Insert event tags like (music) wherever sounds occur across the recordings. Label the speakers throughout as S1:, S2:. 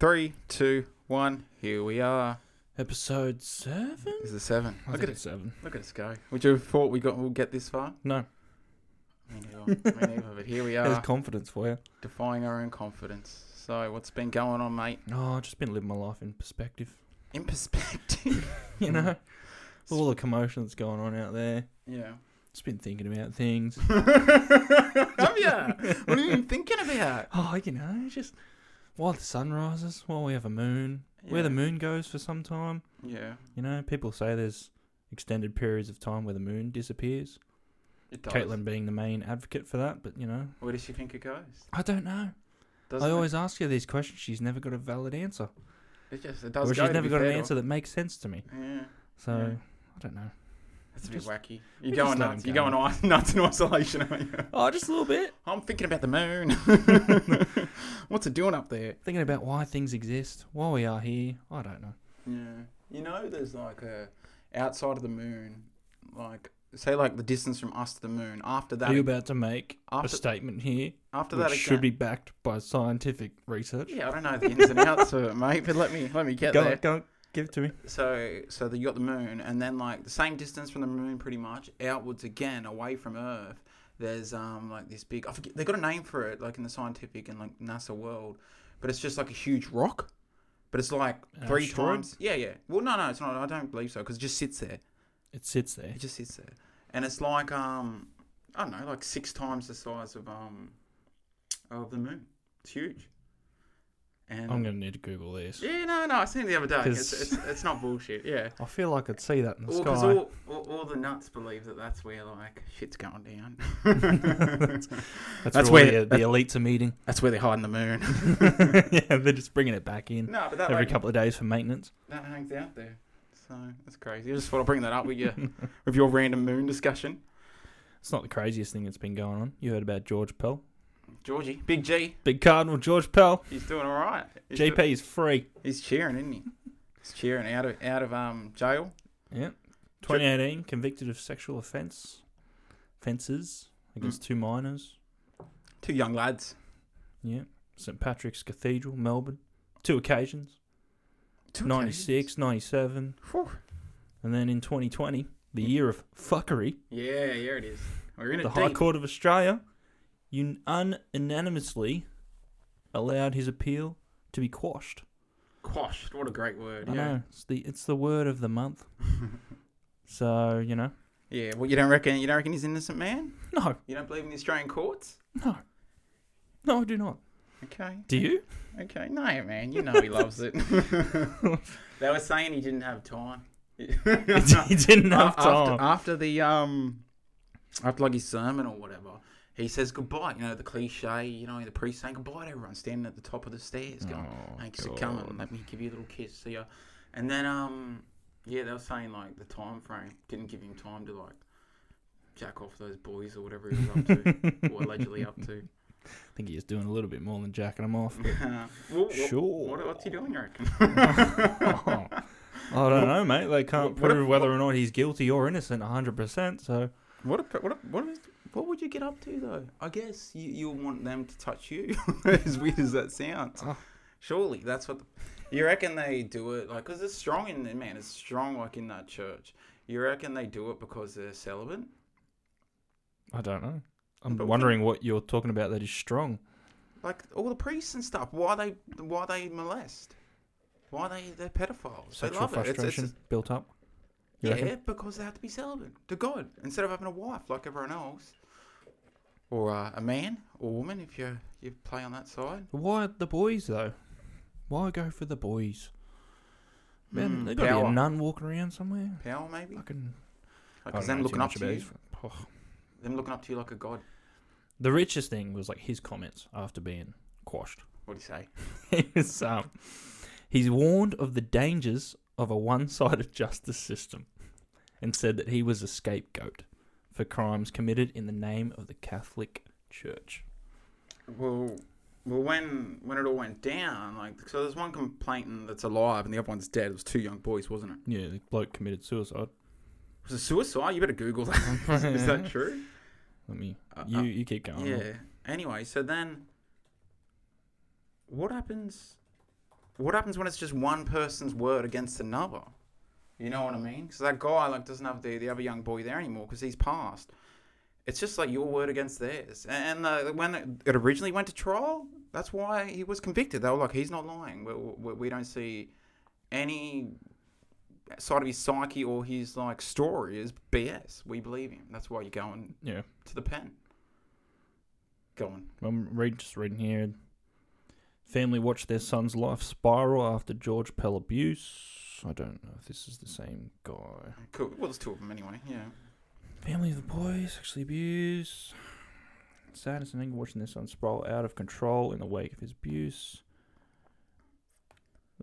S1: Three, two, one. Here we are.
S2: Episode seven?
S1: This is seven.
S2: I
S1: Look
S2: think
S1: at
S2: it's
S1: it.
S2: seven.
S1: Look at us go. Would you have thought we got we'll get this far?
S2: No, Ah.
S1: Me
S2: (laughs)
S1: neither. Me neither. But here we
S2: there's
S1: are,
S2: confidence for you.
S1: defying our own confidence. So, what's been going on, mate?
S2: Oh, I've just been living my life in perspective. (laughs)
S1: In perspective. (laughs)
S2: You know, With all the commotion that's going on out there. (laughs)
S1: yeah.
S2: Just been thinking about things.
S1: Have ya? What are you thinking about?
S2: Oh, you know, it's just while the sun rises, while we have a moon, where the
S1: Yeah.
S2: moon goes for some time.
S1: Yeah.
S2: You know, people say there's extended periods of time where the moon disappears.
S1: It does.
S2: Caitlin being the main advocate for that, but you know,
S1: Where does she think it goes?
S2: I don't know.
S1: Doesn't
S2: I always ask her these questions. She's never got a valid answer,
S1: It, it just it
S2: or
S1: does.
S2: she's
S1: go, to
S2: never
S1: be
S2: got an
S1: fair to
S2: answer that makes sense to me.
S1: her. Yeah.
S2: So
S1: Yeah.
S2: I don't know.
S1: That's a bit
S2: Just-
S1: wacky.
S2: we
S1: You're
S2: just
S1: going
S2: let 'em
S1: nuts. You're
S2: go.
S1: going i- (laughs) nuts in isolation, aren't you?
S2: Oh, just a little bit.
S1: I'm thinking about the (laughs) moon. What's it doing up there?
S2: Thinking about why things exist, why we are here. I don't know.
S1: Yeah. You know, there's like a outside of the moon, like say like the distance from us to the moon. After that,
S2: Are you about to make a
S1: after,
S2: statement here,
S1: after
S2: which
S1: that, it
S2: should
S1: go-
S2: be backed by scientific research?
S1: Yeah, I don't know the ins and outs of it, mate. But let me let me get
S2: Go
S1: there.
S2: on, go on, give it to me.
S1: So so that you got the moon, and then like the same distance from the moon, pretty much outwards again, away from Earth. There's um like this big. I forget they got a name for it, like in the scientific and like NASA world, but it's just like a huge rock. But it's like
S2: An
S1: three
S2: asteroid?
S1: times. Yeah, yeah. Well, no, no, it's not. I don't believe so because it just sits there.
S2: It sits there.
S1: It just sits there, and it's like um I don't know, like six times the size of um of the moon. It's huge. And
S2: I'm gonna need to Google this.
S1: yeah, no, no, I seen it the other day. It's,
S2: 'Cause-
S1: it's, it's not bullshit. Yeah.
S2: I feel like I'd see that in the
S1: Well, 'cause
S2: sky.
S1: all, all, all the nuts believe that that's where like shit's going
S2: (laughs)
S1: down.
S2: that's,
S1: that's
S2: where, all
S1: where-
S2: the, the elites are (laughs) meeting.
S1: that's where they're hiding the moon.
S2: yeah, they're just bringing it back in
S1: no, but that
S2: every
S1: like,
S2: couple of days for maintenance.
S1: that hangs out there. So that's crazy. I just thought I'd bring that up with you
S2: (laughs)
S1: with your random moon discussion,
S2: It's not the craziest thing that's been going on. You heard about George Pell,
S1: Georgie, Big G.
S2: big Cardinal George Pell.
S1: He's doing all right. He's do-
S2: JP is free.
S1: he's cheering, isn't he? He's cheering out of out of um jail.
S2: Yeah. 2018, convicted of sexual offence, offences against
S1: Mm.
S2: two minors.
S1: Two young lads.
S2: Yeah. St Patrick's Cathedral, Melbourne. Two occasions,
S1: Two
S2: 96, 97.
S1: occasions. Whew.
S2: And then in 2020, the
S1: Mm.
S2: year of fuckery,
S1: Yeah, yeah, it is. We're in
S2: the
S1: it
S2: High
S1: deep.
S2: Court of Australia un- un- unanimously allowed his appeal to be quashed.
S1: Quashed. What a great word.
S2: I
S1: yeah.
S2: know. It's the, it's the word of the month.
S1: (laughs)
S2: so, you know.
S1: Yeah, well, you don't reckon you don't reckon he's an innocent man?
S2: No,
S1: You don't believe in the Australian courts?
S2: no. No, I do not.
S1: Okay,
S2: Do you?
S1: okay, no, man, you know he loves
S2: (laughs)
S1: it. they were saying he didn't have time. he
S2: he didn't have
S1: (laughs)
S2: time.
S1: After, after the um, after like his sermon or whatever, he says goodbye. You know the cliche. You know the priest saying goodbye to everyone, standing at the top of the stairs, going,
S2: Oh,
S1: "Thanks for
S2: God.
S1: coming. Let me give you a little kiss. See ya." And then um, yeah, they were saying like the time frame didn't give him time to like jack off those boys or whatever he was up
S2: (laughs)
S1: to. or allegedly up to. (laughs)
S2: I think he is doing a little bit more than jacking him off. but-
S1: Uh, well, what-
S2: Sure.
S1: What, what's he doing, you reckon?
S2: (laughs) I don't know, mate. They can't
S1: What if-
S2: prove whether or not he's guilty or innocent 100%. So,
S1: What, a, what, a, what, is, what would you get up to, though? I guess you, you'll want them to touch you, (laughs) as weird as that sounds.
S2: Oh.
S1: Surely, that's what. The, you reckon they do it, like, because it's strong in there, man. It's strong, like, in that church. You reckon they do it because they're celibate?
S2: I don't know. I'm
S1: But what-
S2: wondering what you're talking about that is strong.
S1: Like, all the priests and stuff. Why they Why they molest? Why they, they're pedophiles? they
S2: Sexual
S1: love it. It's,
S2: frustration
S1: it's,
S2: built up. You
S1: Yeah,
S2: reckon?
S1: because they have to be celibate to God instead of having a wife like everyone else, or uh, a man or woman if you you play on that side.
S2: Why the boys, though? Why go for the boys? Man,
S1: Hmm,
S2: there got to be a
S1: power.
S2: nun walking around somewhere.
S1: Power maybe,
S2: Fucking, I
S1: because
S2: don't
S1: them
S2: know too
S1: looking
S2: much
S1: up to
S2: about
S1: you,
S2: his- (sighs) Oh.
S1: them looking up to you like a god.
S2: The richest thing was like his comments after being quashed.
S1: What do you say?
S2: He (laughs) was, um, he's warned of the dangers of a one-sided (laughs) justice system and said that he was a scapegoat for crimes committed in the name of the Catholic Church.
S1: Well, well, when when it all went down, like so, there's one complainant that's alive and the other one's dead. It was two young boys, wasn't it?
S2: Yeah, the bloke committed
S1: (laughs)
S2: suicide. (laughs)
S1: Was it suicide? You better Google that. (laughs) Is that true?
S2: Let me.
S1: Uh,
S2: You
S1: uh,
S2: you keep going.
S1: Yeah. Anyway, so then what happens What happens when it's just one person's word against another? You know what I mean? Because that guy like doesn't have the, the other young boy there anymore because he's passed. It's just like your word against theirs. And, and uh, when it originally went to trial, that's why he was convicted. They were like, he's not lying. We, we, we don't see any side of his psyche or his like story is BS. We believe him. That's why you're going
S2: Yeah.
S1: to the pen. Go on.
S2: I'm read, just reading here. Family watched their son's life spiral after George Pell abuse. I don't know if this is the same guy.
S1: Cool. Well, there's two of them anyway. Yeah.
S2: Family of the boy sexually abused. Sadness and anger watching their son sprawl out of control in the wake of his abuse.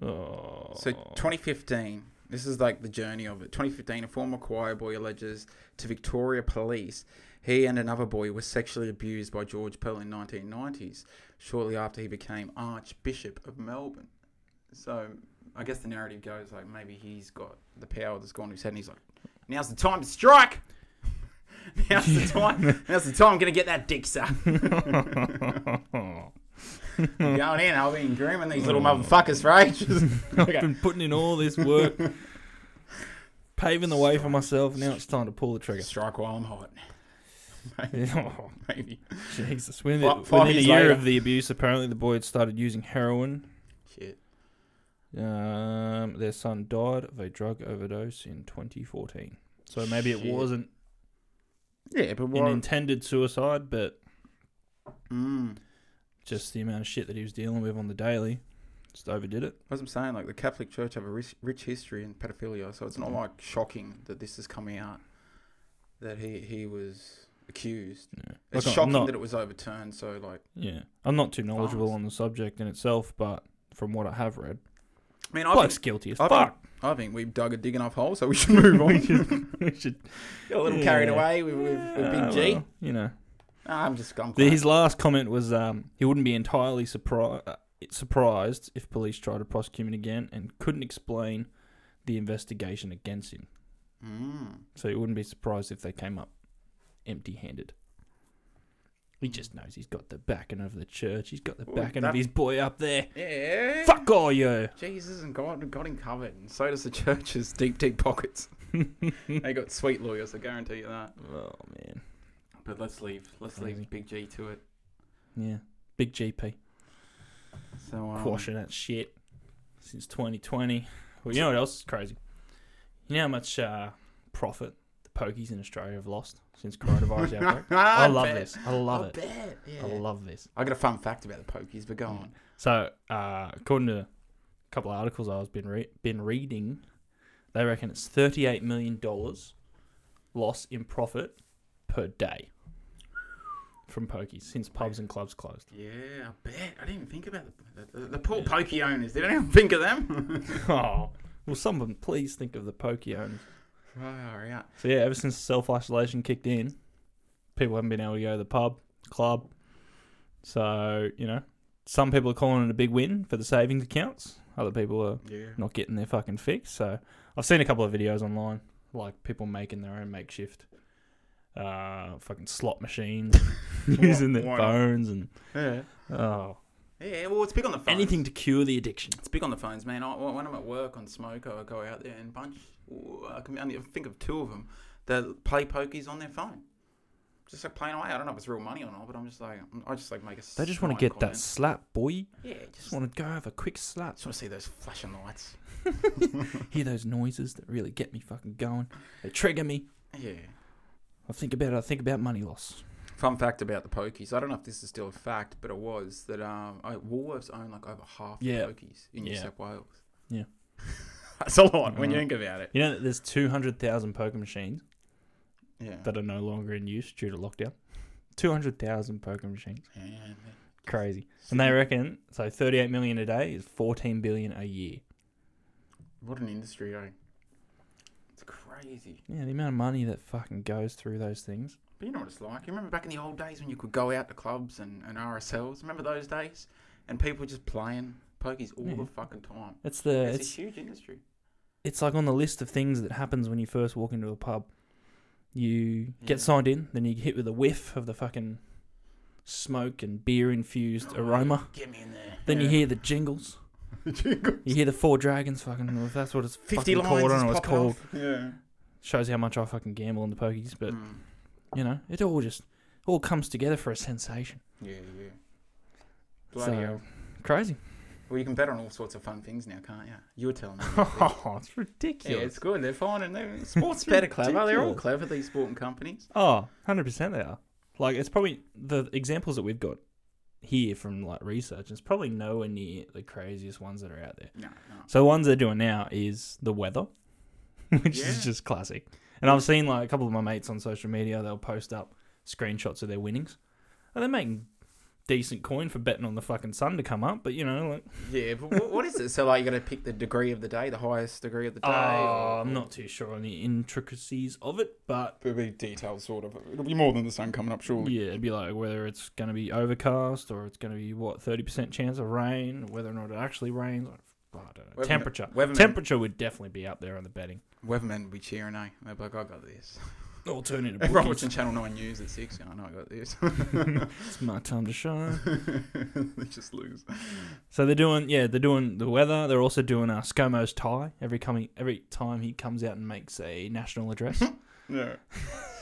S2: Oh.
S1: So 2015, this is like the journey of it. 2015, a former choir boy alleges to Victoria Police he and another boy were sexually abused by George Pell in 1990s, shortly after he became Archbishop of Melbourne. So I guess the narrative goes like maybe he's got the power that's gone to his head, and he's like, now's the time to strike. (laughs) Now's the time. Now's the time. I'm gonna get that dick sucked.
S2: Hmm.
S1: I'm going in. I've been grooming these little motherfuckers for (laughs) ages.
S2: I've been putting in all this work, paving the way for myself. Now it's time to pull the trigger.
S1: Strike while I'm hot.
S2: (laughs) Oh,
S1: Maybe.
S2: Jesus. Within,
S1: Fi-
S2: within
S1: five
S2: a
S1: years
S2: year
S1: later.
S2: of the abuse, apparently the boy had started using heroin.
S1: Shit.
S2: Um, their son died of a drug overdose in 2014. So maybe it
S1: Shit.
S2: wasn't
S1: Yeah, but
S2: an
S1: what?
S2: intended suicide, but
S1: mm,
S2: just the amount of shit that he was dealing with on the daily just overdid it.
S1: as I'm saying, like the Catholic Church have a rich, rich history in pedophilia, so it's not
S2: Mhm.
S1: like shocking that this is coming out that he he was accused.
S2: Yeah.
S1: It's
S2: Like, I'm
S1: shocking
S2: not,
S1: that it Ah. was overturned. So like,
S2: yeah, I'm not too knowledgeable
S1: Fast.
S2: on the subject in itself, but from what I have read,
S1: I mean, I
S2: bloke's
S1: think,
S2: guilty as
S1: I
S2: fuck.
S1: I think we've dug a dig enough hole, so we should (laughs) move on.
S2: (laughs) We should-
S1: Got a little carried
S2: Yeah.
S1: away with, with, with Big
S2: Ah,
S1: G.
S2: well, you know,
S1: Ah, I'm just I'm
S2: The-
S1: glad.
S2: his last comment was um, he wouldn't be entirely surpri- uh, surprised if police tried to prosecute him again and couldn't explain the investigation against him.
S1: Mm.
S2: So he wouldn't be surprised if they came up empty handed. He just knows he's got the backing of the church. He's got the
S1: Well,
S2: backing of
S1: that-
S2: his boy up there.
S1: Yeah.
S2: Fuck all you.
S1: Jesus and God got him covered, and so does the church's deep, deep
S2: (laughs)
S1: pockets. they got sweet lawyers, I guarantee you that.
S2: Oh, man.
S1: But let's leave. Let's
S2: Crazy.
S1: leave Big G to it.
S2: Yeah. Big GP.
S1: So um,
S2: Quashing that shit since 2020. Well, you know what else is crazy? You know how much uh, profit the pokies in Australia have lost
S1: (laughs)
S2: since coronavirus outbreak? I love
S1: bet.
S2: this. I love
S1: I
S2: it.
S1: bet. Yeah.
S2: I love this.
S1: I got a fun fact about the pokies, but go on.
S2: So, uh, according to a couple of articles I've been re- been reading, they reckon it's thirty eight million dollars loss in profit per day from pokies since pubs and
S1: (laughs)
S2: clubs closed.
S1: Yeah, I bet. I didn't even think about the, the, the poor pokey owners. They don't even think of them. (laughs)
S2: Oh, will someone please think of the pokey owners?
S1: right, yeah.
S2: So yeah, ever since self isolation kicked in, people haven't been able to go to the pub, club. So you know, some people are calling it a big win for the savings accounts. Other people are
S1: Yeah.
S2: not getting their fucking fix. So I've seen a couple of videos online, like people making their own makeshift uh, fucking slot (laughs) machines, using their
S1: Why not?
S2: phones and
S1: Yeah.
S2: oh,
S1: Yeah. Well, it's big on the phones.
S2: anything to cure the addiction.
S1: It's big on the phones, man. I, when I'm at work on smoke, I go out there and bunch. ooh, I can only think of two of them that play pokies on their phone. Just like playing away. I don't know if it's real money or not, but I'm just like, mm, I just like make a.
S2: They just want
S1: snide
S2: to get that
S1: comment.
S2: slap, boy.
S1: Yeah,
S2: Just
S1: just want.
S2: want to go have a quick slap.
S1: Just want to see those flashing lights.
S2: Hear those noises that really get me fucking going. They trigger me.
S1: Yeah.
S2: I think about it. I think about money loss.
S1: Fun fact about the pokies. I don't know if this is still a fact, but it was that um, I, Woolworths own like over half
S2: Yeah.
S1: the pokies in New
S2: Yeah.
S1: South Wales.
S2: Yeah.
S1: (laughs) that's a lot when you
S2: Mhm.
S1: think about it.
S2: You know that there's 200,000 poker machines
S1: Yeah.
S2: that are no longer in use due to lockdown. 200,000 poker machines.
S1: yeah. yeah.
S2: Crazy. And they reckon so 38 million a day is 14 billion a year.
S1: What an industry, eh? It's crazy.
S2: Yeah, the amount of money that fucking goes through those things.
S1: But you know what it's like. You remember back in the old days when you could go out to clubs and, and RSLs? Remember those days? And people were just playing pokies all
S2: Yeah.
S1: the fucking time.
S2: It's the
S1: it's,
S2: it's
S1: a huge industry.
S2: it's like on the list of things that happens when you first walk into a pub. You
S1: Yeah.
S2: get signed in, then you get hit with a whiff of the fucking smoke and beer infused aroma.
S1: Oh. Get me in there.
S2: Then you
S1: Yeah. (laughs)
S2: hear the jingles.
S1: Jingles.
S2: You hear the four dragons fucking. If that's what it's
S1: Fifty lines.
S2: fucking called. I
S1: is
S2: don't know what it's
S1: popping
S2: called.
S1: off. Yeah.
S2: Shows how much I fucking gamble in the pokies, but
S1: Mm.
S2: you know, it all just all comes together for a sensation.
S1: Yeah, yeah. Bloody
S2: so
S1: hell.
S2: crazy. (laughs)
S1: Well, you can bet on all sorts of fun things now, can't you? You were telling me. that.
S2: (laughs) Oh, it's
S1: yeah,
S2: ridiculous.
S1: it's good. They're fine, and they're
S2: (laughs)
S1: sports (laughs) better clever. They're all clever. These sporting companies.
S2: Oh, 100% they are. Like, it's probably the examples that we've got here from like research, it's probably nowhere near the craziest ones that are out there.
S1: No, no.
S2: So, ones they're doing now is the weather, (laughs) which
S1: Yeah.
S2: is just classic. And I've seen like a couple of my mates on social media, they'll post up screenshots of their winnings. And they're making decent coin for betting on the fucking sun to come up, but you know, like,
S1: Yeah, but what, what is it? So like, you got to pick the degree of the day, the highest degree of the day.
S2: oh,
S1: or-
S2: I'm not too sure on the intricacies of it, but
S1: It'll be detailed, sort of. It'll be more than the sun coming up, surely.
S2: Yeah, it'd be like whether it's going to be overcast or it's going to be what thirty percent chance of rain, whether or not it actually rains. I don't know.
S1: Weatherman-
S2: Temperature.
S1: Weatherman,
S2: Temperature would definitely be up there on the betting.
S1: Weatherman will be cheering, eh? They'll be like, I got this.
S2: Alternative.
S1: Everyone
S2: bookies.
S1: watching Channel 9 News at 6, going, I know I got
S2: (laughs)
S1: this. (laughs)
S2: It's my time to shine.
S1: they just lose.
S2: (laughs) so they're doing, yeah, they're doing the weather. They're also doing uh, ScoMo's tie every coming every time he comes out and makes a
S1: (laughs)
S2: national address. (laughs)
S1: Yeah.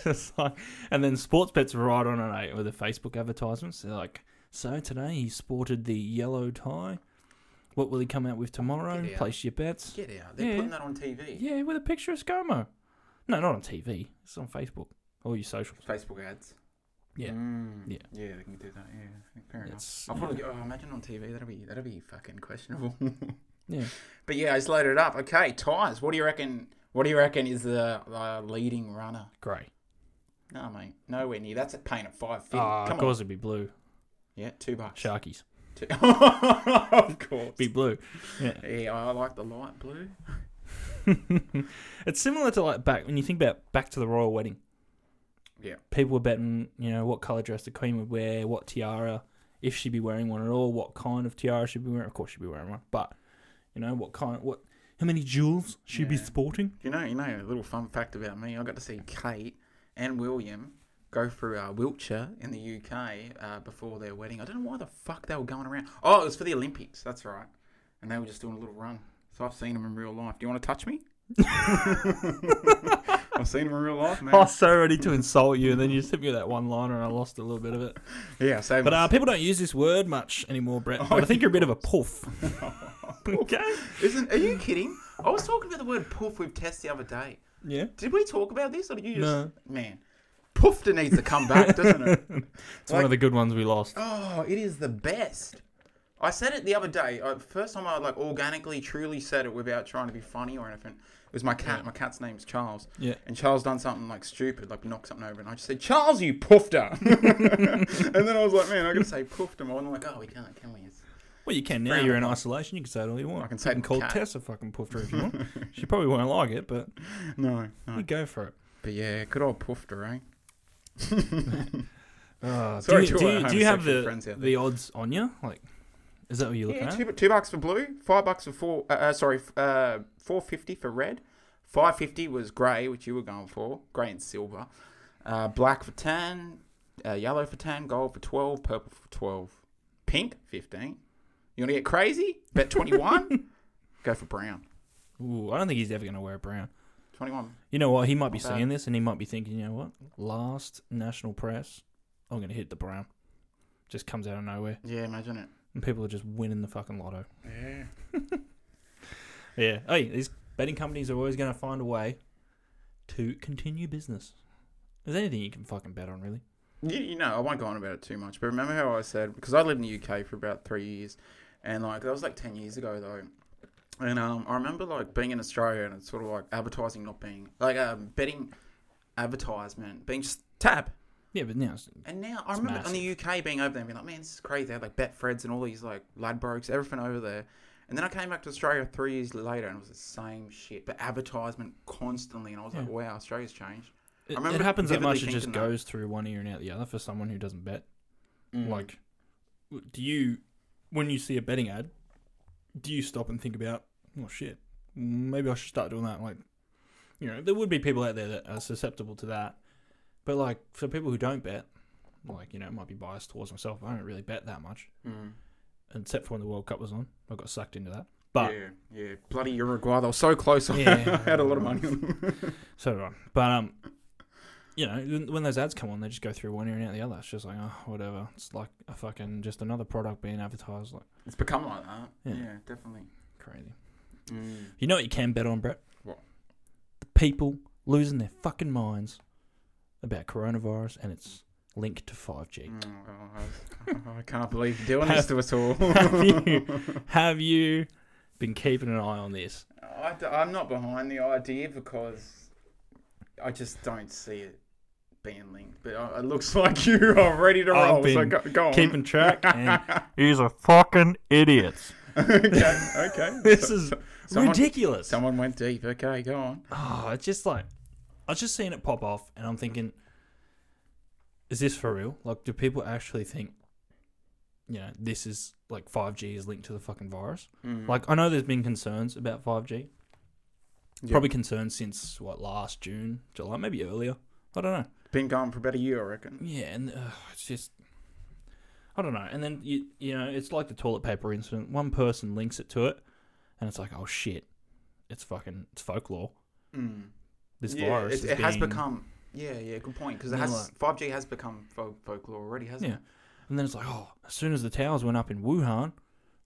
S2: It's like- and then sports bets right on an eight with the Facebook advertisements. They're like, so today he sported the yellow tie. What will he come out with tomorrow?
S1: Get out.
S2: Place your bets.
S1: Get out. They're
S2: Yeah.
S1: putting that on TV.
S2: Yeah, with a picture of ScoMo. No, not on TV. It's on Facebook. All your socials.
S1: Facebook ads.
S2: Yeah.
S1: Mm.
S2: Yeah.
S1: Yeah, they can do that. Yeah. Fair enough.
S2: It's,
S1: I'll probably oh, imagine on TV. That'll be that'll be fucking questionable. (laughs)
S2: yeah.
S1: but yeah, I just loaded it up. Okay, ties. What do you reckon? What do you reckon is the uh, leading runner?
S2: grey.
S1: No, mate, nowhere near. That's a pain at five fifty.
S2: Ah,
S1: Come
S2: of course it'd be blue.
S1: on, yeah, two bucks.
S2: Sharkies.
S1: Two- (laughs) of course.
S2: Be blue. (laughs) Yeah.
S1: Yeah, I like the light blue.
S2: it's similar to like back when you think about back to the royal wedding.
S1: Yeah.
S2: People were betting, you know, what colour dress the queen would wear, what tiara, if she'd be wearing one at all, what kind of tiara she'd be wearing. Of course she'd be wearing one, but you know what kind, what, how many jewels she'd be
S1: Yeah.
S2: sporting.
S1: You know, you know, a little fun fact about me. I got to see Kate and William go through uh, Wiltshire in the UK uh, before their wedding. I don't know why the fuck they were going around. Oh, it was for the Olympics. That's right. And they were just doing a little run. So I've seen them in real life. Do you want to touch
S2: (laughs)
S1: me? (laughs) I've seen them in real life,
S2: I
S1: man.
S2: (laughs) was so ready to insult you, and then you just hit me with that one liner, and I lost a little bit of it.
S1: Yeah, so
S2: But uh, people don't use this word much anymore, Brett.
S1: Oh,
S2: But I think you're a bit of
S1: (laughs)
S2: a poof. okay.
S1: isn't? Are you kidding? I was talking about the word poof with Tess the other day.
S2: Yeah.
S1: Did we talk about this, or did you just
S2: No.
S1: man? Poofter needs to come back, doesn't it?
S2: It's one of the good ones we lost.
S1: Oh, it is the best. I said it the other day. I, first time I like organically, truly said it without trying to be funny or anything. It was my cat. My cat's name's Charles.
S2: Yeah.
S1: And Charles done something like stupid, like knocked something over, and I just said, "Charles, you poofter." (laughs) and then I was like, "Man, I gotta say poofter." more." And I'm like, "Oh, we can't, can we?" It's-
S2: Well, you can now.
S1: Frowned
S2: You're in
S1: upon.
S2: isolation. You can say it all you want.
S1: I can say
S2: You
S1: the
S2: call
S1: cat.
S2: Tess a fucking poofter if you
S1: (laughs)
S2: want. she probably won't like it, but
S1: No,
S2: you
S1: no.
S2: go for it.
S1: But yeah, good old poofter, eh?
S2: Uh,
S1: Sorry
S2: do
S1: to
S2: you, do
S1: our
S2: you, do you have
S1: homosexual
S2: the
S1: friends out there.
S2: the odds on you? Like, is that what you're looking
S1: Yeah,
S2: at?
S1: two, two bucks for blue, five bucks for four. Uh, uh, sorry, f- uh, four fifty for red. Five fifty was grey, which you were going for, grey and silver. Uh, black for ten, uh, yellow for ten, gold for twelve, purple for twelve, pink fifteen. You want to get crazy? Bet twenty (laughs) one. Go for brown.
S2: Ooh, I don't think he's ever going to wear brown.
S1: Twenty one.
S2: You know what? He might be
S1: Not bad.
S2: seeing this, and he might be thinking, you know what? Last national press, I'm going to hit the brown. Just comes out of nowhere,
S1: Yeah, imagine it.
S2: and people are just winning the fucking lotto.
S1: Yeah.
S2: Yeah. Hey, these betting companies are always going to find a way to continue business. There's anything you can fucking bet on, really.
S1: You, you know, I won't go on about it too much, but remember how I said because I lived in the UK for about three years, and like that was like ten years ago though, and um, I remember like being in Australia and it's sort of like advertising not being like um, betting advertisement being just tab,
S2: Yeah, but now it's
S1: and now I remember in the UK being over there and being like, man, this is crazy. They had like Betfreds and all these like Ladbrokes, everything over there. And then I came back to Australia three years later and it was the same shit, but advertisement constantly. And I was like,
S2: Yeah.
S1: wow, Australia's changed.
S2: it,
S1: remember
S2: it happens that
S1: vividly
S2: much. It just
S1: thinking that.
S2: goes through one ear and out the other for someone who doesn't bet.
S1: Mm.
S2: Like, w- do you when you see a betting ad, do you stop and think about, oh shit, maybe I should start doing that? Like, you know, there would be people out there that are susceptible to that, but like for people who don't bet, like you know, it might be biased towards myself. I don't really bet that much.
S1: Mm.
S2: except for when the World Cup was on. I got sucked into that. But
S1: yeah, yeah, bloody Uruguay. They were so close.
S2: Yeah.
S1: I had a lot of money on them.
S2: (laughs) So do I. But um, you know, when- when those ads come on, they just go through one ear and out the other. It's just like, oh, whatever. It's like a fucking just another product being advertised, like
S1: (laughs) It's become like that.
S2: Yeah.
S1: Yeah, definitely. Mm.
S2: crazy. You know what you can bet on, Brett?
S1: What?
S2: The people losing their fucking minds about coronavirus and its link to five G.
S1: Mm, oh, I- I can't believe you're
S2: (laughs)
S1: doing this to us all.
S2: Have you have you been keeping an eye on this?
S1: I, am not behind the idea because I just don't see it being linked. But I, it looks (laughs) like you are ready to
S2: I've
S1: roll. So
S2: been
S1: go, go on.
S2: Keeping track. And these are fucking idiots.
S1: (laughs) okay, okay.
S2: (laughs) This
S1: So-
S2: is
S1: so- (laughs) someone,
S2: Ridiculous.
S1: Someone went deep. Okay, go on.
S2: Oh, it's just like I was just seeing it pop off, and I'm thinking, is this for real? Like, do people actually think, you know, this is like 5G is linked to the fucking virus?
S1: Mm.
S2: Like, I know there's been concerns about 5G,
S1: Yeah.
S2: probably concerns since what last June, July, maybe earlier. I don't know.
S1: been gone for about a year, I reckon.
S2: Yeah, and uh, it's just. I don't know, and then you you know it's like the toilet paper incident. One person links it to it, and it's like, oh shit, it's fucking it's folklore.
S1: Mm.
S2: This
S1: yeah,
S2: virus
S1: it,
S2: is
S1: it has
S2: being-
S1: become. Yeah, yeah, good point. Because it
S2: Yeah,
S1: has
S2: like-
S1: five G has become folk- folklore already, hasn't
S2: Yeah. And then it's like, oh, as soon as the towers went up in Wuhan,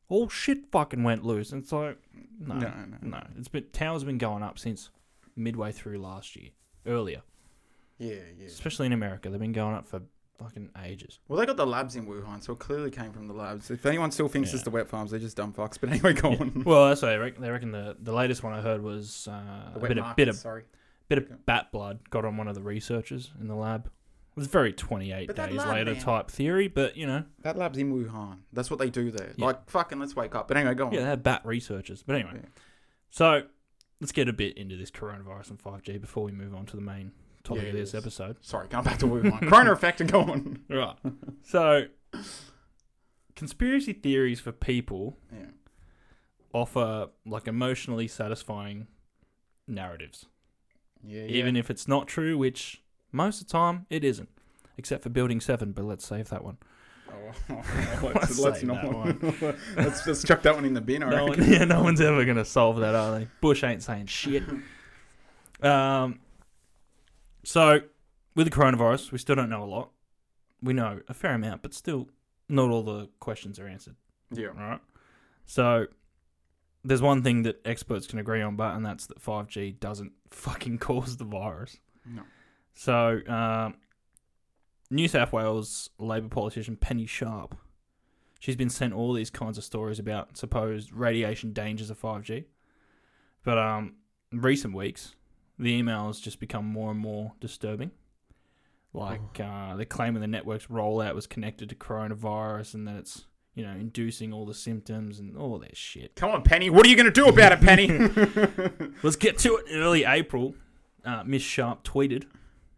S2: all shit fucking went loose. And it's like,
S1: it?
S2: no,
S1: no,
S2: no, It's been towers been going up since midway through last year, earlier,
S1: Yeah, yeah.
S2: especially in America. They've been going up for fucking ages. (laughs)
S1: Well, they got the labs in Wuhan, so it clearly came from the labs. If anyone still thinks
S2: Yeah.
S1: it's the wet farms, they're just dumb fucks. But anyway, go
S2: Yeah.
S1: on.
S2: Well, that's what they reckon. They reckon the, the latest one I heard was uh,
S1: The
S2: a
S1: wet
S2: bit of,
S1: markets,
S2: bit of
S1: sorry.
S2: bit of bat blood got on one of the researchers in the lab. It was very 28
S1: But that
S2: days
S1: lab,
S2: later
S1: man.
S2: type theory, but you know,
S1: That lab's in Wuhan. That's what they do there.
S2: Yeah.
S1: Like, fucking, let's wake up. But anyway, go on.
S2: Yeah, they're bat researchers. But anyway,
S1: Yeah.
S2: so let's get a bit into this coronavirus and 5G before we move on to the main topic
S1: Yeah,
S2: of this
S1: yes.
S2: episode.
S1: Sorry, going back to Wuhan. Corona effect and go
S2: (laughs)
S1: on. (laughs)
S2: Right. so, conspiracy theories for people
S1: Yeah.
S2: offer like emotionally satisfying narratives,
S1: Yeah, yeah.
S2: even if it's not true, which most of the time it isn't. Except for Building 7, but let's save that one.
S1: Oh, (laughs)
S2: Let's (laughs)
S1: let's, let's
S2: save
S1: not.
S2: that
S1: (laughs) let's, let's chuck that one in the bin, I
S2: No,
S1: reckon.
S2: one, (laughs) yeah, no one's ever going to solve that, are they? Bush ain't saying shit. Um, so, with the coronavirus, we still don't know a lot. We know a fair amount, but still, not all the questions are answered,
S1: Yeah.
S2: right? So, there's one thing that experts can agree on, but and that's that 5G doesn't (laughs) fucking cause the virus.
S1: No.
S2: So, um, New South Wales Labor politician Penny Sharp, she's been sent all these kinds of stories about supposed radiation dangers of 5G. But um, in recent weeks, the emails just become more and more disturbing. Like uh, they're claiming the network's rollout was connected to coronavirus and that it's you know inducing all the symptoms and all that shit.
S1: Come on, Penny. What are you going to do about it, Penny?
S2: (laughs) Let's get to it. In early April, uh, Miss Sharp tweeted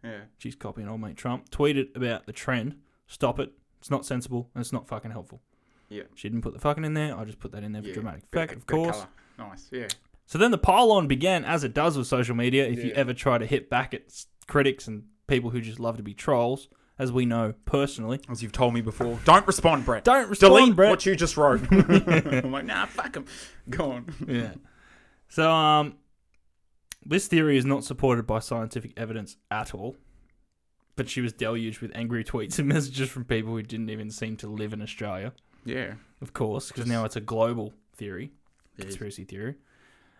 S1: yeah.
S2: she's copying old mate Trump, tweeted about the trend. Stop it. It's not sensible and it's not fucking helpful.
S1: Yeah.
S2: She didn't put the fucking in there. I just put that in there for
S1: yeah.
S2: dramatic
S1: Bit-
S2: effect,
S1: bit
S2: of course.
S1: colour. Nice. Yeah.
S2: So then the pile on began, as it does with social media. If you
S1: Yeah.
S2: ever try to hit back at s- critics and people who just love to be trolls, as we know personally,
S1: As you've told me before, don't respond, Brett.
S2: don't respond,
S1: Delete
S2: Brett.
S1: what you just
S2: (laughs)
S1: wrote. (laughs) I'm like, nah, fuck him. Go on.
S2: yeah. So um, this theory is not supported by scientific evidence at all. But she was deluged with angry tweets and (laughs) messages from people who didn't even seem to live in Australia.
S1: Yeah.
S2: Of course, because
S1: Just-
S2: now it's a global theory,
S1: It is.
S2: conspiracy theory.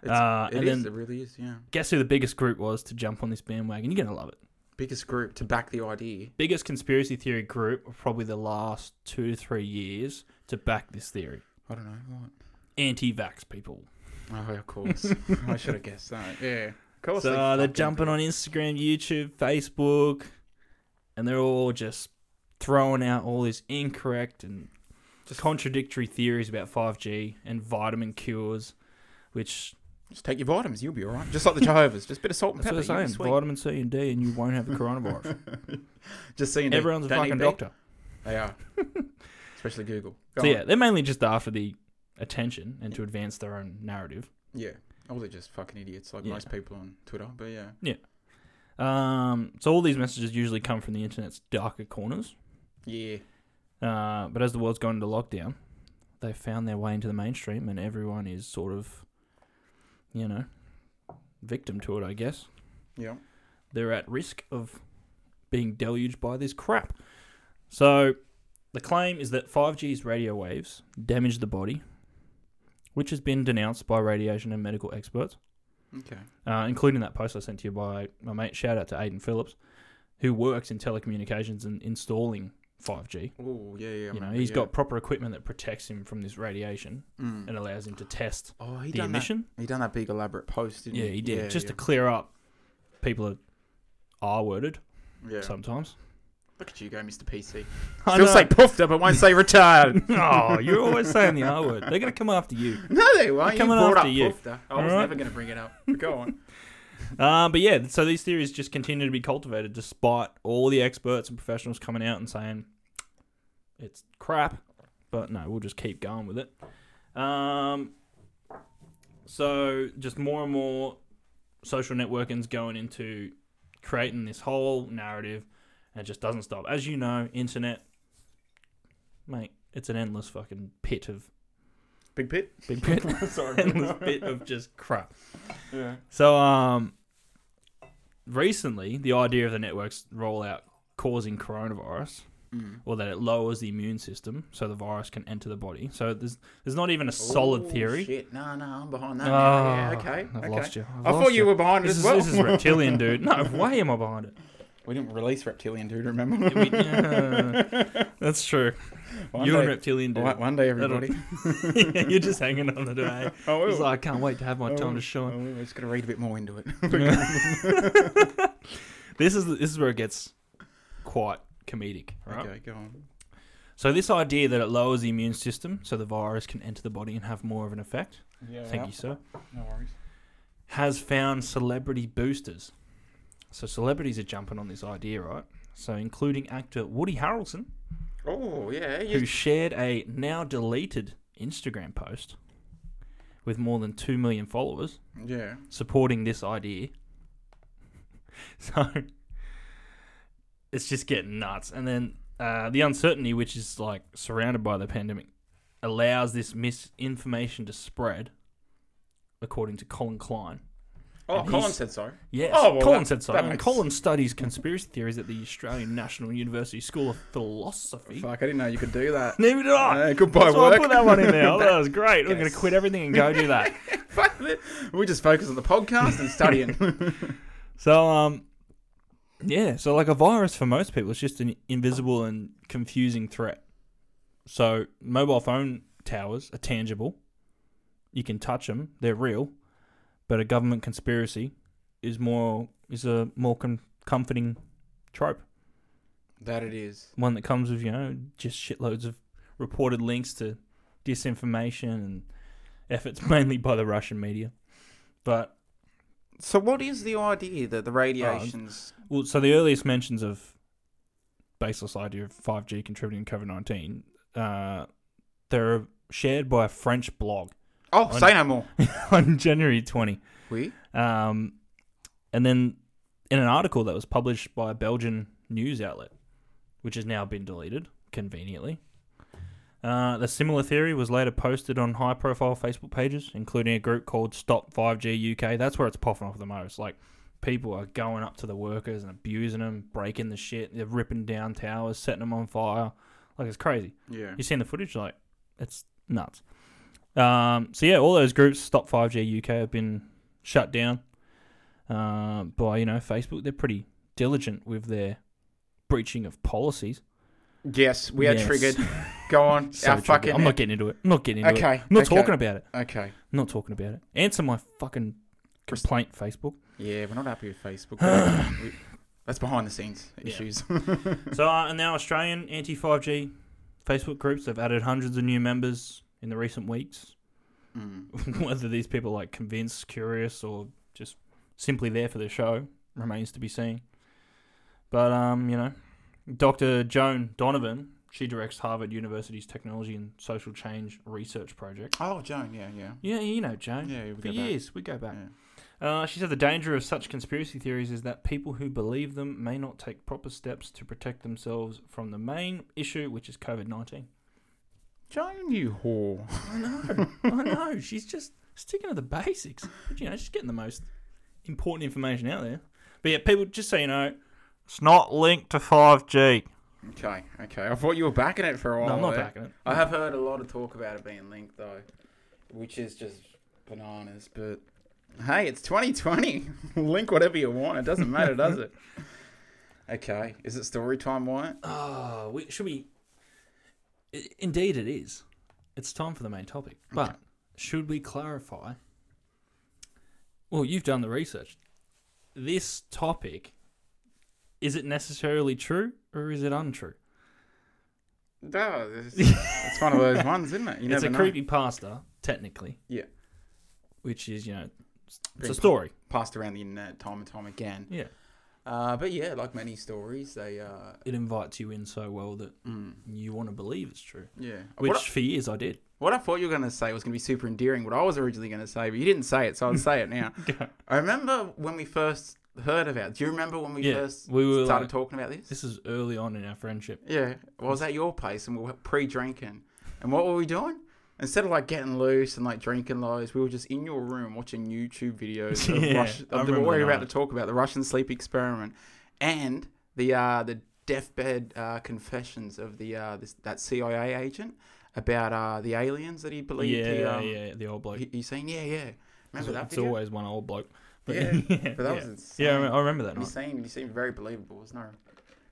S1: It's-
S2: Uh,
S1: It
S2: and
S1: is.
S2: then
S1: It really is. Yeah.
S2: guess who the biggest group was to jump on this bandwagon? You're going to love it.
S1: Biggest group to back the idea.
S2: Biggest conspiracy theory group of probably the last two to three years to back this theory.
S1: I don't know what.
S2: Anti vax people.
S1: Oh, of
S2: (laughs)
S1: course. I should have guessed that. Yeah. Of course.
S2: so uh, they're
S1: fucking
S2: jumping
S1: do.
S2: on Instagram, YouTube, Facebook, and they're all just throwing out all these incorrect and contradictory theories about 5G and vitamin cures, which
S1: Just take your vitamins. You'll be all right. Just like the Jehovah's. Just a bit of salt and
S2: that's what
S1: pepper.
S2: they're
S1: you'll be
S2: saying.
S1: sweet.
S2: Vitamin C and D, and you won't have the coronavirus.
S1: (laughs) Just seeing
S2: Everyone's a fucking doctor.
S1: They
S2: (laughs)
S1: are. Especially Google. Go
S2: So
S1: on.
S2: yeah, they're mainly just after the attention and to advance their own narrative.
S1: Yeah. Or they're just fucking idiots like
S2: Yeah.
S1: most people on Twitter. But yeah.
S2: Um, so all these messages usually come from the internet's darker corners.
S1: Yeah.
S2: Uh, but as the world's gone into lockdown, they've found their way into the mainstream, and everyone is sort of, you know, victim to it. I guess
S1: Yeah.
S2: they're at risk of being deluged by this crap. So, the claim is that 5G's radio waves damage the body, which has been denounced by radiation and medical experts
S1: Okay.
S2: uh, including that post I sent to you by my mate. Shout out to Aidan Phillips, who works in telecommunications and installing 5G.
S1: Oh yeah, yeah. I
S2: you know,
S1: remember,
S2: he's
S1: yeah.
S2: got proper equipment that protects him from this radiation
S1: Mm.
S2: and allows him to test
S1: Oh, he
S2: the
S1: done that.
S2: emission.
S1: He done that big elaborate post, didn't
S2: Yeah,
S1: he?
S2: he did. Just
S1: yeah.
S2: to clear up, people are R worded
S1: yeah.
S2: sometimes.
S1: Look at you go, Mr. PC.
S2: I
S1: Still
S2: know.
S1: (laughs) say puffed up, but won't say retired.
S2: (laughs) oh, you're always saying the R word. They're going to come after you.
S1: (laughs) no, they won't. You
S2: coming
S1: brought
S2: after
S1: up
S2: you.
S1: puffed up. I
S2: All
S1: was
S2: right.
S1: never going to bring it up. Go
S2: (laughs)
S1: on.
S2: Uh, but yeah, so these theories just continue to be cultivated despite all the experts and professionals coming out and saying it's crap. But no, we'll just keep going with it. Um, so just more and more social networking's going into creating this whole narrative, and it just doesn't stop. As you know, internet, mate, it's an endless fucking pit of (laughs)
S1: Big pit.
S2: big pit,
S1: Sorry. (laughs)
S2: endless pit of just crap.
S1: Yeah.
S2: So, um, recently, the idea of the network's rollout causing coronavirus,
S1: Mm.
S2: or that it lowers the immune system so the virus can enter the body. So there's there's not even a solid
S1: Oh,
S2: theory.
S1: Shit. No, no, I'm behind
S2: Oh,
S1: that. now. yeah, okay.
S2: I've
S1: okay.
S2: lost you. I've
S1: I
S2: lost
S1: thought you were behind it
S2: This
S1: as
S2: is,
S1: well.
S2: this is reptilian,
S1: (laughs)
S2: dude. No, way am I behind it?
S1: We didn't release Reptilian Dude, remember?
S2: We- yeah.
S1: (laughs)
S2: that's true.
S1: One
S2: You're
S1: day-
S2: a reptilian, dude.
S1: One, one day,
S2: That'll- (laughs)
S1: everybody.
S2: You're just hanging on to the day.
S1: (laughs) oh,
S2: It's like, I can't wait to have my
S1: Oh,
S2: time to
S1: oh,
S2: shine.
S1: we're just gonna read a bit more into it. oh.
S2: this is this is where it gets quite comedic, (laughs) right?
S1: Okay, go on.
S2: So this idea that it lowers the immune system, so the virus can enter the body and have more of an effect.
S1: Yeah,
S2: Thank you, sir.
S1: No worries.
S2: Has found celebrity boosters. So celebrities are jumping on this idea, right? So including actor Woody Harrelson,
S1: Oh yeah,
S2: who
S1: you,
S2: shared a now deleted Instagram post with more than two million followers.
S1: yeah.
S2: supporting this idea. (laughs) So it's just getting nuts. And then uh, the uncertainty, which is like surrounded by the pandemic, allows this misinformation to spread, according to Colin Klein.
S1: Oh,
S2: And
S1: Colin
S2: he's-
S1: said so.
S2: Yes,
S1: Oh, well,
S2: Colin
S1: that-
S2: said so.
S1: that
S2: And
S1: makes-
S2: Colin studies conspiracy theories at the Australian National University School of Philosophy.
S1: Fuck, I didn't know you could do
S2: (laughs)
S1: that.
S2: Neither did I.
S1: Uh, goodbye,
S2: That's why I
S1: work.
S2: put that one in there. Oh, that was great. We're going
S1: Yes.
S2: to quit everything and go do that.
S1: (laughs) Fuck it. We just focus on the podcast and studying.
S2: (laughs)
S1: (laughs)
S2: So, um, yeah, so like a virus for most people is just an invisible and confusing threat. So, mobile phone towers are tangible, you can touch them, they're real, but a government conspiracy is more is a more com- comforting trope,
S1: that it is.
S2: one that comes with you know just shitloads of reported links to disinformation and efforts (laughs) mainly by the Russian media. But
S1: So, what is the idea that the radiations?
S2: Well, so the earliest mentions of baseless idea of 5G contributing to COVID 19, uh, they're shared by a French blog (laughs)
S1: Oh,
S2: on-
S1: say no more.
S2: on January 20.
S1: We
S2: Um, and then in an article that was published by a Belgian news outlet, which has now been deleted, conveniently. Uh, the similar theory was later posted on high profile Facebook pages, including a group called Stop 5G UK. That's where it's popping off the most. Like, people are going up to the workers and abusing them, breaking the shit. They're ripping down towers, setting them on fire. Like, it's crazy.
S1: yeah.
S2: You've seen the footage, like it's nuts. Um, so yeah, all those groups, Stop 5G UK, have been shut down uh, by you know Facebook. They're pretty diligent with their breaching of policies.
S1: Yes, we are
S2: Yes.
S1: triggered. Go
S2: (laughs)
S1: on.
S2: So
S1: Our
S2: triggered.
S1: fucking.
S2: I'm not getting into it. I'm not getting into it.
S1: okay.
S2: I'm not
S1: okay,
S2: talking about it.
S1: Okay.
S2: I'm not talking about it. Answer my fucking
S1: (laughs)
S2: complaint, Facebook.
S1: Yeah, we're not happy with (sighs) Facebook. We- That's behind the scenes
S2: Yeah.
S1: issues. (laughs) Mm.
S2: so uh, and now Australian anti 5G Facebook groups have added hundreds of new members in the recent weeks.
S1: Mm.
S2: (laughs) whether these people are like convinced, curious, or just simply there for the show remains to be seen. But um, you know, Dr. Joan Donovan, she directs Harvard University's Technology and Social Change Research Project.
S1: Oh, Joan. Yeah, yeah.
S2: Yeah, you know, Joan.
S1: Yeah, we
S2: for
S1: go back.
S2: years, we go back.
S1: Yeah.
S2: Uh, she said the danger of such conspiracy theories is that people who believe them may not take proper steps to protect themselves from the main issue, which is COVID 19.
S1: Joan, you whore.
S2: I know. I (laughs) know. She's just sticking to the basics. But, you know, she's getting the most important information out there. But yeah, people, just so you know, it's not linked to 5G.
S1: Okay, okay. I thought you were backing it for a while.
S2: No, I'm not
S1: there.
S2: backing it.
S1: I have heard a lot of talk about it being linked though, which is just bananas. But hey, it's 2020. (laughs) Link whatever you want. It doesn't matter, does (laughs) it? Okay, is it story time, Wyatt?
S2: Oh, we, should we? I- Indeed, it is. It's time for the main topic. But should we clarify? Well, you've done the research. This topic, is it necessarily true or is it untrue?
S1: No, it's, (laughs) it's one of those ones, isn't it? You
S2: it's
S1: never
S2: a
S1: know.
S2: creepy pasta, technically.
S1: Yeah.
S2: Which is, you know, it's a
S1: Creepy-
S2: story.
S1: passed around the internet time and time again.
S2: Yeah.
S1: Uh, but yeah, like many stories, they uh,
S2: It invites you in so well that
S1: mm,
S2: you want to believe it's true.
S1: yeah.
S2: Which,
S1: What I-
S2: for years,
S1: (laughs)
S2: I did.
S1: What I thought you were going to say was going to be super endearing, what I was originally going to say, but you didn't say it, so
S2: (laughs)
S1: I'll say it now. I remember when we first heard about Do you remember when we
S2: Yeah,
S1: first
S2: we were
S1: started
S2: like-
S1: talking about this?
S2: This is early on in our friendship.
S1: Yeah. Well, I was at your place and we were pre drinking. And what were we doing? Instead of like getting loose and like drinking loads, we were just in your room watching YouTube videos of,
S2: (laughs) Yeah,
S1: Rush,
S2: I
S1: of the,
S2: remember
S1: what we
S2: the
S1: were about to
S2: night.
S1: talk about, the Russian sleep experiment and the uh, the deathbed uh, confessions of the uh, this, that CIA agent about uh, the aliens that he believed
S2: yeah,
S1: he, um,
S2: yeah, the old bloke.
S1: He, he's saying, yeah, yeah. Remember
S2: it's,
S1: that
S2: it's
S1: video?
S2: always one old bloke. But
S1: Yeah,
S2: yeah,
S1: but that
S2: (laughs) yeah.
S1: was insane.
S2: Yeah, I remember, I remember that
S1: And he
S2: night.
S1: seemed, he seemed very believable. There's no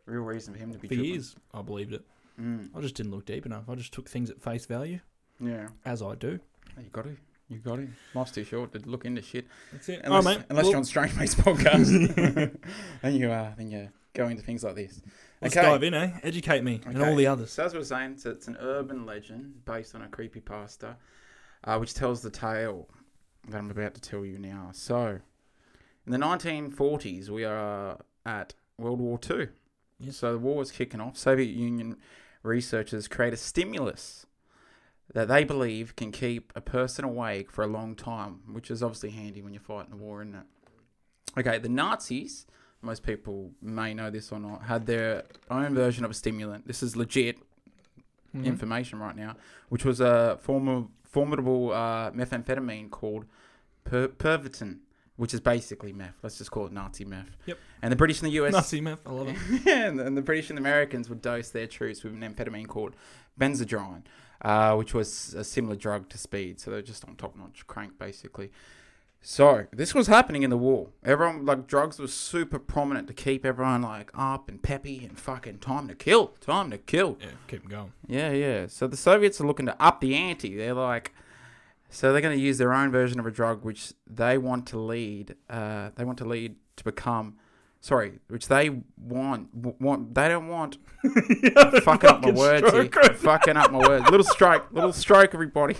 S1: real reason for him to be
S2: For
S1: dribbling.
S2: years, I believed it.
S1: Mm,
S2: I just didn't look deep enough. I just took things at face value,
S1: yeah.
S2: as I do.
S1: You got to. You got to. Life's too short to look into shit.
S2: That's it.
S1: Unless,
S2: All right, mate.
S1: unless
S2: Well,
S1: you're on Strange Mates podcast. (laughs) then you are. Then you go into things like this.
S2: let's
S1: okay.
S2: dive in, eh? Educate me and
S1: Okay.
S2: all the others.
S1: So as we were saying, it's, it's an urban legend based on a creepypasta, uh, which tells the tale that I'm about to tell you now. So, in the 1940s, we are at World War Two.
S2: Yes.
S1: So the war was kicking off. Soviet Union researchers create a stimulus that they believe can keep a person awake for a long time, which is obviously handy when you're fighting a war, isn't it? Okay, the Nazis most people may know this or not, had their own version of a stimulant. This is legit
S2: Mhm. (laughs)
S1: information right now, which was a form of formidable uh, methamphetamine called per- Pervitin, which is basically meth. Let's just call it Nazi meth.
S2: Yep.
S1: And the British and the US
S2: Nazi meth.
S1: (laughs)
S2: I love it.
S1: yeah, and, and the British and the Americans would dose their troops with an amphetamine called benzodrine, uh, which was a similar drug to speed. So they're just on top notch crank, basically. So this was happening in the war. Everyone like drugs was super prominent to keep everyone like up and peppy and fucking time to kill, time to kill.
S2: Yeah, keep 'em going.
S1: Yeah, yeah. So the Soviets are looking to up the ante. They're like, so they're going to use their own version of a drug, which they want to lead. Uh, they want to lead to become, sorry, which they want w- want. They don't want
S2: (laughs)
S1: fucking up my words. Here. Fucking up my words. Little stroke, little stroke, everybody.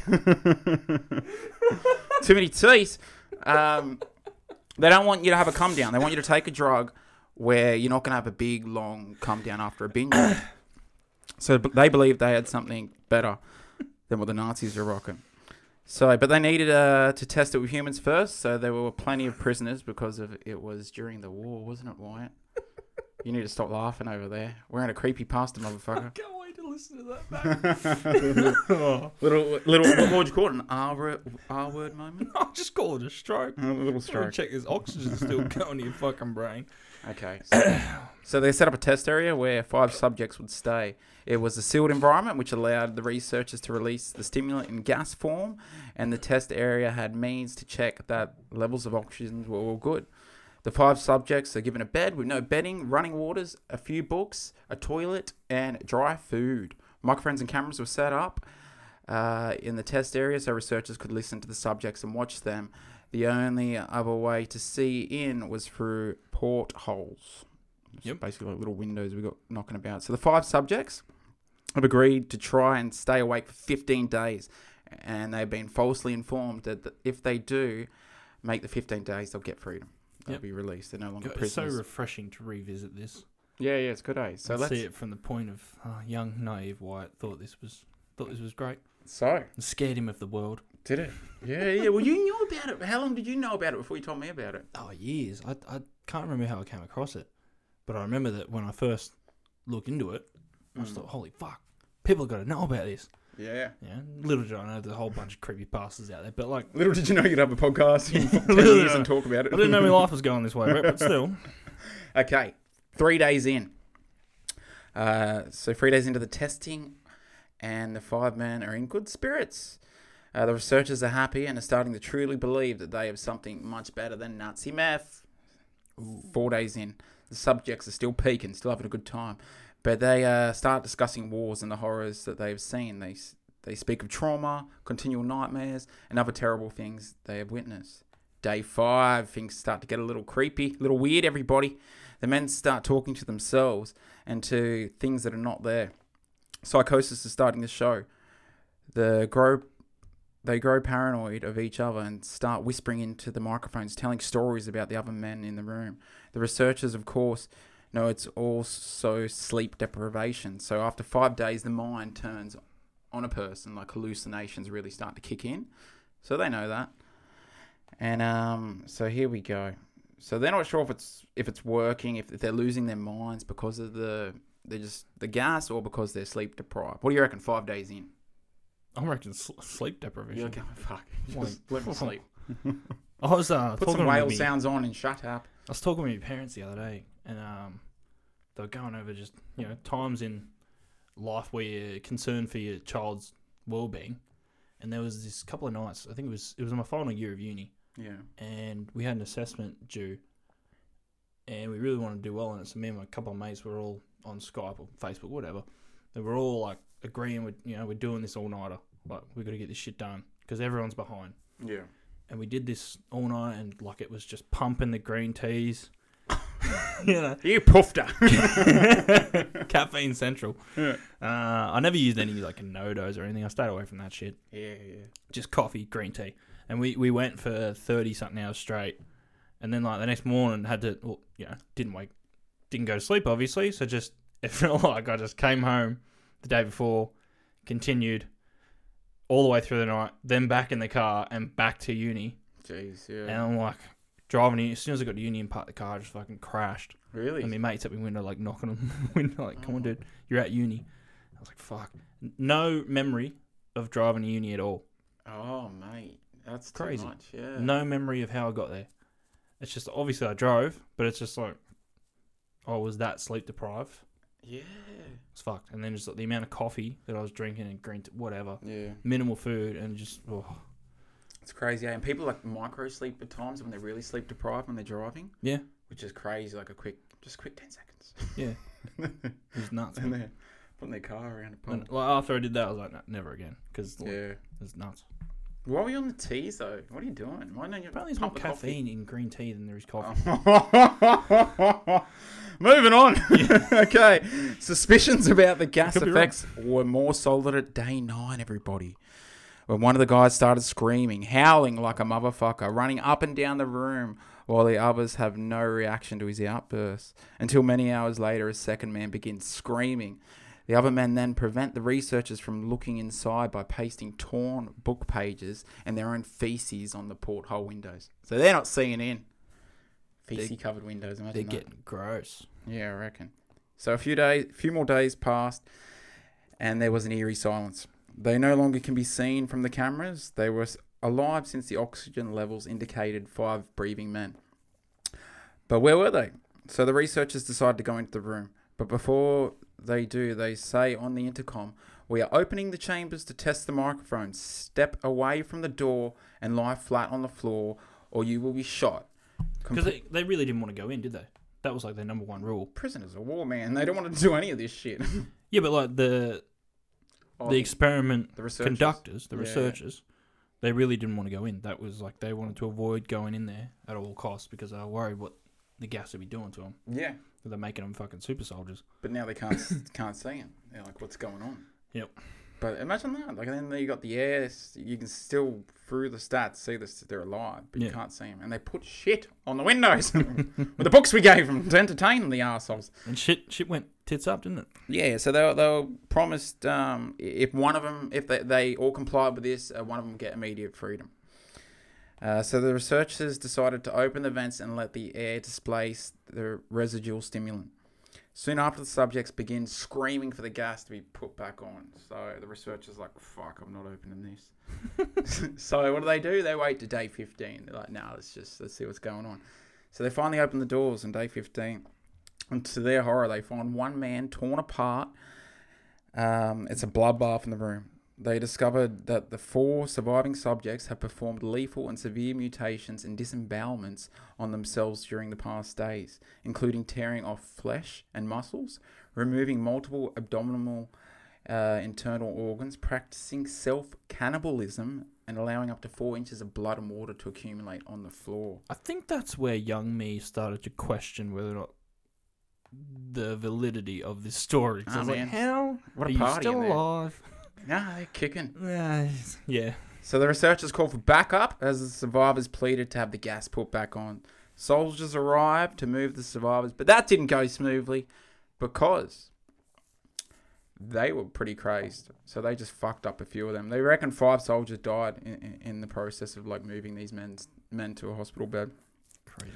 S1: Too many T's. Um, they don't want you to have a come down. They want you to take a drug where you're not going to have a big long come down after a binge. so b- they believed they had something better than what the Nazis were rocking. So, but they needed uh, to test it with humans first. So there were plenty of prisoners because of it was during the war, wasn't it, Wyatt? You need to stop laughing over there. We're in a creepy pasta, motherfucker.
S2: Can't wait to listen to that
S1: (laughs)
S2: back. oh,
S1: little, little, (coughs) what would you call it? An R word, R word moment?
S2: (laughs) I'll just call it a stroke.
S1: A little
S2: Just want (coughs)
S1: stroke.
S2: to check this oxygen's still (laughs) going to your fucking brain.
S1: Okay. So, so they set up a test area where five subjects would stay. It was a sealed environment, which allowed the researchers to release the stimulant in gas form, and the test area had means to check that levels of oxygen were all good. The five subjects are given a bed with no bedding, running waters, a few books, a toilet, and dry food. Microphones and cameras were set up uh, in the test area so researchers could listen to the subjects and watch them. The only other way to see in was through portholes. It's
S2: Yep.
S1: Basically, like little windows we got knocking about. So the five subjects have agreed to try and stay awake for 15 days, and they've been falsely informed that th- if they do make the 15 days, they'll get freedom. They'll
S2: Yep.
S1: be released. They're no longer
S2: It's so
S1: prisoners.
S2: refreshing to revisit this.
S1: yeah, yeah, it's good, eh? So
S2: and
S1: let's
S2: see it from the point of oh, young, naive Wyatt thought this was thought this was great.
S1: so
S2: It scared him of the world.
S1: did it. Yeah, yeah. Well, you knew about it. How long did you know about it before you told me about it?
S2: Oh, years. I I can't remember how I came across it, but I remember that when I first looked into it, I just
S1: Mm.
S2: thought, holy fuck, people got to know about this.
S1: Yeah.
S2: Yeah, little did I know there's a whole bunch of creepy passes out there, but (laughs) like
S1: Little did you know you'd have a (laughs) podcast in 10
S2: Little
S1: years
S2: did I-
S1: and talk about it.
S2: I didn't know my life was going this way, right? But still,
S1: Okay, three days in. Uh, so three days into the testing, and the five men are in good spirits. Uh, the researchers are happy and are starting to truly believe that they have something much better than Nazi meth. Four days in, the subjects are still peaking, still having a good time, but they uh, start discussing wars and the horrors that they've seen. They s- they speak of trauma, continual nightmares, and other terrible things they have witnessed. Day five, things start to get a little creepy, a little weird. Everybody, the men start talking to themselves and to things that are not there. Psychosis is starting to show. The grow, they grow paranoid of each other and start whispering into the microphones, telling stories about the other men in the room. The researchers, of course, know it's also sleep deprivation. So after five days, the mind turns on a person, like hallucinations really start to kick in. So they know that. And um, so here we go so they're not sure if it's if it's working if, if they're losing their minds because of the they're just the gas or because they're sleep deprived what do you reckon five days in
S2: I reckon sl- sleep deprivation.
S1: you're like oh, (laughs) fuck
S2: Like,
S1: just let me sleep
S2: I was uh,
S1: put
S2: talking
S1: some
S2: to
S1: whale
S2: me-
S1: sounds on and shut up
S2: I was talking with my parents the other day, and um, they were going over just you know times in life where you're concerned for your child's well-being. And there was this couple of nights. I think it was it was my final year of uni,
S1: yeah
S2: and we had an assessment due, and we really wanted to do well on it. So me and my couple of mates were all on Skype or Facebook, whatever, and we're all like agreeing with you know we're doing this all nighter. Like we got to get this shit done because everyone's behind.
S1: yeah
S2: And we did this all night, and like it was just pumping the green teas, (laughs) you know,
S1: you puffed up
S2: caffeine central.
S1: Yeah.
S2: Uh, I never used any like nodos or anything. I stayed away from that shit
S1: yeah
S2: just coffee, green tea, and we we went for thirty something hours straight, and then like the next morning had to, well, you know, didn't wake, didn't go to sleep obviously, so just (laughs) it felt like I just came home the day before, continued all the way through the night, then back in the car and back to uni,
S1: jeez yeah
S2: and I'm like driving. in- As soon as I got to uni and parked the car, I just fucking crashed.
S1: really
S2: And my mates at my window, like knocking on (laughs) the window, like, come on,
S1: Oh.
S2: dude, you're at uni. I was like, fuck. No memory of driving to uni at all.
S1: oh mate that's crazy
S2: Crazy.
S1: too much yeah
S2: No memory of how I got there. It's just obviously I drove, but it's just like I was that sleep deprived.
S1: yeah
S2: It's fucked. And then just like the amount of coffee that I was drinking and green, t- whatever,
S1: yeah
S2: minimal food, and just oh,
S1: it's crazy eh? and people like micro sleep at times when they're really sleep deprived when they're driving
S2: Yeah.
S1: which is crazy like a quick just quick 10 seconds
S2: it was
S1: (laughs)
S2: nuts.
S1: and
S2: man.
S1: they're putting their car around a pub.
S2: And, like after I did that, I was like, no, never again, because like,
S1: Yeah.
S2: it's nuts.
S1: Why were you on the teas though? What are you doing? Why don't you
S2: Apparently, there's more
S1: pump the coffee?
S2: caffeine in green tea than there is coffee.
S1: (laughs) Moving on. (laughs) okay. Suspicions about the gas
S2: Could be
S1: effects were more solid at day nine, everybody. When one of the guys started screaming, howling like a motherfucker, running up and down the room, while the others have no reaction to his outburst. Until many hours later, a second man begins screaming. The other men then prevent the researchers from looking inside by pasting torn book pages and their own feces on the porthole windows. So they're not seeing in. Feces covered windows. Oh, Imagine
S2: They're
S1: that.
S2: getting gross.
S1: Yeah, I reckon. So a few days, few more days passed, and there was an eerie silence. They no longer can be seen from the cameras. They were s- alive since the oxygen levels indicated five breathing men. But where were they? So the researchers decide to go into the room. But before they do, they say on the intercom, "We are opening the chambers to test the microphones. Step away from the door and lie flat on the floor, or you will be shot."
S2: Because they, they really didn't want to go in, did they? That was like their number one rule.
S1: prisoners of war, man. They don't want to do any of this shit.
S2: Yeah, but like the
S1: Oh,
S2: the experiment
S1: the researchers.
S2: conductors, the
S1: Yeah.
S2: researchers, they really didn't want to go in. That was like they wanted to avoid going in there at all costs because they were worried what the gas would be doing to them.
S1: Yeah,
S2: They're making them fucking super soldiers.
S1: but now they can't (laughs) can't see him. They're like, what's going on?
S2: Yep.
S1: But imagine that. Like then you got the air. You can still through the stats see this. They're alive, but
S2: Yeah.
S1: you can't see them. And they put shit on the windows (laughs) with the books we gave them to entertain the assholes.
S2: And shit, shit went tits up, didn't it?
S1: Yeah. So they were, they were promised um, i- if one of them, if they, they all complied with this, uh, one of them would get immediate freedom. Uh, so the researchers decided to open the vents and let the air displace the residual stimulant. Soon after, the subjects begin screaming for the gas to be put back on. So the researcher's like, fuck, I'm not opening this. so what do they do? They wait to day 15. They're like, nah, let's just let's see what's going on. So they finally open the doors on day 15. And to their horror, they find one man torn apart. Um, it's a bloodbath in the room. They discovered that the four surviving subjects have performed lethal and severe mutations and disembowelments on themselves during the past days, including tearing off flesh and muscles, removing multiple abdominal uh, internal organs, practicing self cannibalism, and allowing up to four inches of blood and water to accumulate on the floor.
S2: I think that's where young me started to question whether or not the validity of this story. 'Cause I
S1: Ah,
S2: was
S1: man.
S2: like, how
S1: What a
S2: are
S1: party
S2: you still
S1: in there.
S2: alive?
S1: Nah, they're kicking.
S2: Yeah, (laughs) yeah.
S1: So the researchers called for backup as the survivors pleaded to have the gas put back on. Soldiers arrived to move the survivors, but that didn't go smoothly because they were pretty crazed. So they just fucked up a few of them. They reckon five soldiers died in, in, in the process of like moving these men's men to a hospital bed.
S2: Crazy.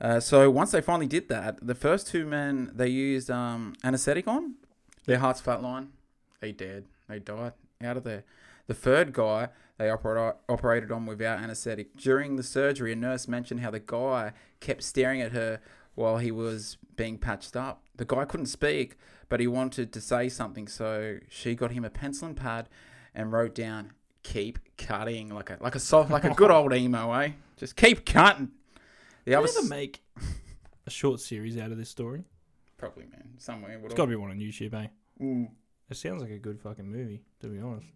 S1: Uh, so once they finally did that, the first two men they used um, anesthetic on. Their hearts flatline. They dead. They died out of there. The third guy they opera- operated on without anesthetic. During the surgery, a nurse mentioned how the guy kept staring at her while he was being patched up. The guy couldn't speak, but he wanted to say something, so she got him a pencil and pad and wrote down "Keep cutting" like a like a soft like a good old emo, eh? Just keep cutting. The
S2: Did
S1: other
S2: they ever
S1: s-
S2: make a short series out of this story?
S1: Probably, man. Somewhere.
S2: It's
S1: Would
S2: got to be one on YouTube, eh?
S1: Mm.
S2: It sounds like a good fucking movie, to be honest.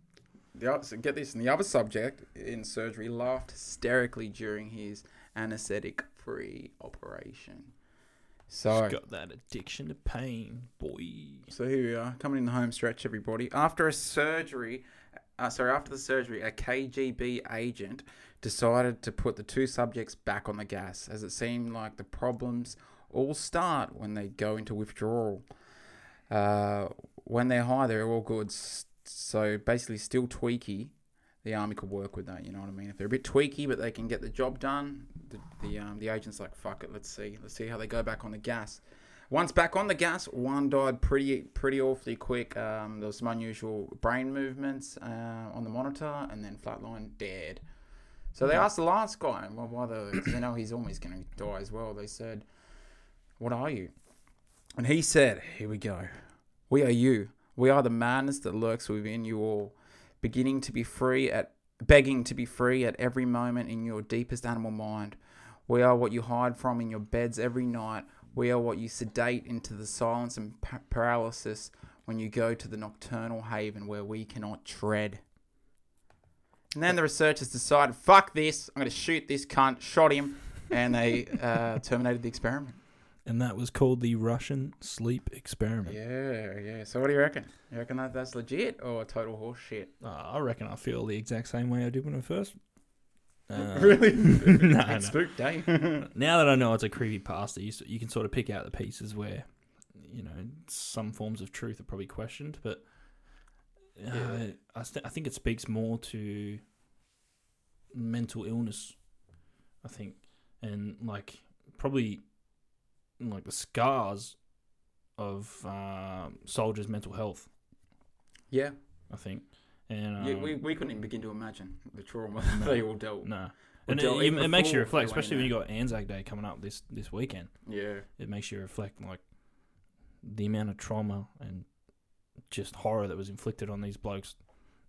S1: The other, so get this. And the other subject in surgery laughed hysterically during his anesthetic free operation. So,
S2: It's got that addiction to pain, boy.
S1: so here we are, coming in the home stretch, everybody. After a surgery, uh, sorry, after the surgery, a KGB agent decided to put the two subjects back on the gas, as it seemed like the problems all start when they go into withdrawal. Uh, when they're high, they're all good. S- So basically, still tweaky. The army could work with that. You know what I mean? If they're a bit tweaky, but they can get the job done, the the, um, the agent's like, "Fuck it, let's see, let's see how they go back on the gas." Once back on the gas, one died pretty pretty awfully quick. Um, there was some unusual brain movements uh, on the monitor, and then flatline dead. So they asked the last guy, well, why the? Because they know he's almost going to die as well. They said, "What are you?" And he said, Here we go. We are you. We are the madness that lurks within you all, beginning to be free at begging to be free at every moment in your deepest animal mind. We are what you hide from in your beds every night. We are what you sedate into the silence and pa- paralysis when you go to the nocturnal haven where we cannot tread. And then the researchers decided, fuck this, I'm going to shoot this cunt, shot him, and they
S2: (laughs)
S1: uh, terminated the experiment.
S2: And that was called the Russian Sleep Experiment.
S1: Yeah, yeah. So what do you reckon? You reckon that that's legit or total horse shit?
S2: Ah, I reckon I feel the exact same way I did when I first. Uh,
S1: (laughs) really?
S2: (laughs) no, no.
S1: It's spooked,
S2: (laughs)
S1: eh?
S2: Now that I know it's a creepy past, you, s- you can sort of pick out the pieces where, you know, some forms of truth are probably questioned, but uh,
S1: Yeah.
S2: I, st- I think it speaks more to mental illness, I think, and like probably like the scars of um, soldiers' mental health,
S1: yeah.
S2: I think. And um,
S1: yeah we, we couldn't even begin to imagine the trauma (laughs)
S2: No.
S1: they all dealt with.
S2: no.
S1: Well,
S2: And it,
S1: Joe,
S2: it,
S1: even
S2: it makes you
S1: before
S2: reflect,
S1: Joanna-
S2: especially when you got Anzac Day coming up this this weekend.
S1: Yeah.
S2: It makes you reflect like the amount of trauma and just horror that was inflicted on these blokes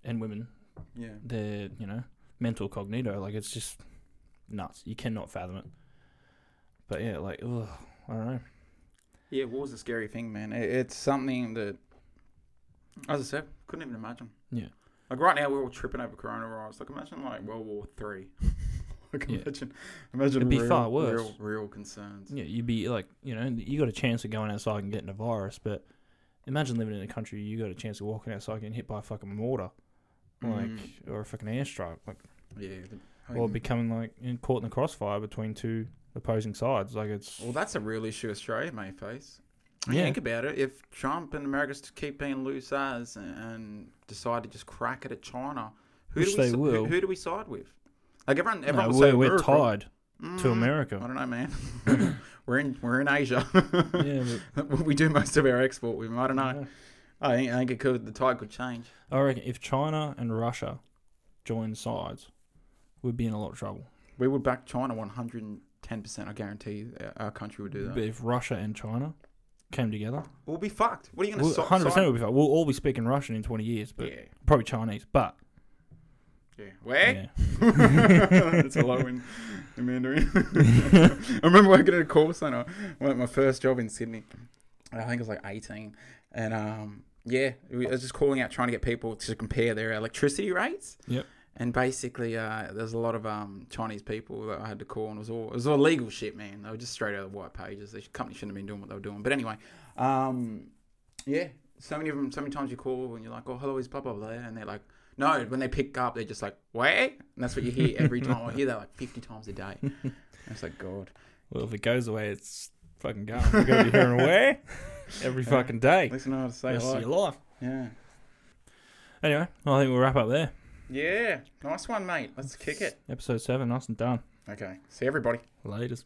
S2: and women.
S1: Yeah.
S2: Their you know mental cognito, like it's just nuts. You cannot fathom it. But yeah, like ugh, I don't know.
S1: Yeah, war's a scary thing, man. It, it's something that, as I said, couldn't even imagine.
S2: Yeah.
S1: Like right now, we're all tripping over coronavirus. Like imagine like World War Three. (laughs) like
S2: Yeah.
S1: imagine, imagine
S2: It'd be
S1: real,
S2: far worse.
S1: Real, real concerns.
S2: Yeah, you'd be like you know you got a chance of going outside and getting a virus, but imagine living in a country you got a chance of walking outside getting hit by a fucking mortar, like
S1: Mm.
S2: or a fucking airstrike, like.
S1: Yeah. the- I
S2: or
S1: mean-
S2: becoming like in caught in the crossfire between two opposing sides. Like it's
S1: Well, that's a real issue Australia may face. When you
S2: Yeah.
S1: Think about it. If Trump and America just keep being loose as and, and decide to just crack it at China, who
S2: Which
S1: do we
S2: they
S1: si- who-
S2: will.
S1: Who, do we side with? Like everyone,
S2: no,
S1: everyone will say
S2: we're, we're
S1: America.
S2: tied. to
S1: Mm, (laughs)
S2: America.
S1: I don't know, man.
S2: (clears throat)
S1: (laughs) we're in we're in Asia.
S2: yeah, but,
S1: (laughs) we do most of our export with. 'em. I don't know.
S2: yeah.
S1: I think, I think it could. The tide could change.
S2: I reckon if China and Russia joined sides, we'd be in a lot of trouble.
S1: We would back China one hundred and ten percent. I guarantee you our- our country would do that.
S2: But if Russia and China came together,
S1: We'll be fucked. What are you going
S2: we'll-
S1: to
S2: 100% would be fine. We'll all be speaking Russian in 20 years, but
S1: Yeah, Eh?
S2: probably Chinese. But
S1: yeah. Where?
S2: yeah.
S1: (laughs) That's a lot in, in Mandarin. (laughs) I remember working at a call center. Well, at my first job in Sydney. I think I was like 18. And um, yeah, we- I was just calling out trying to get people to compare their electricity rates.
S2: Yep.
S1: And basically, uh, there's a lot of um, Chinese people that I had to call, and it was all it was all legal shit, man. They were just straight out of the white pages. The company shouldn't have been doing what they were doing. But anyway, um, yeah, so many of them, so many times you call and you're like, oh, hello, is blah blah blah, and they're like, no, when they pick up, they're just like, wait, and that's what you hear every time. I hear that like 50 times a (laughs) day. And it's like, God,
S2: Well, if it goes away, it's fucking gone. We're going to be
S1: (laughs)
S2: hearing away every fucking day.
S1: listen to what I say.
S2: Rest of
S1: Like.
S2: your life.
S1: Yeah,
S2: Anyway, I think we'll wrap up there.
S1: yeah, nice one, mate. Let's kick it.
S2: Episode 7, nice and done.
S1: Okay, see everybody.
S2: Latest.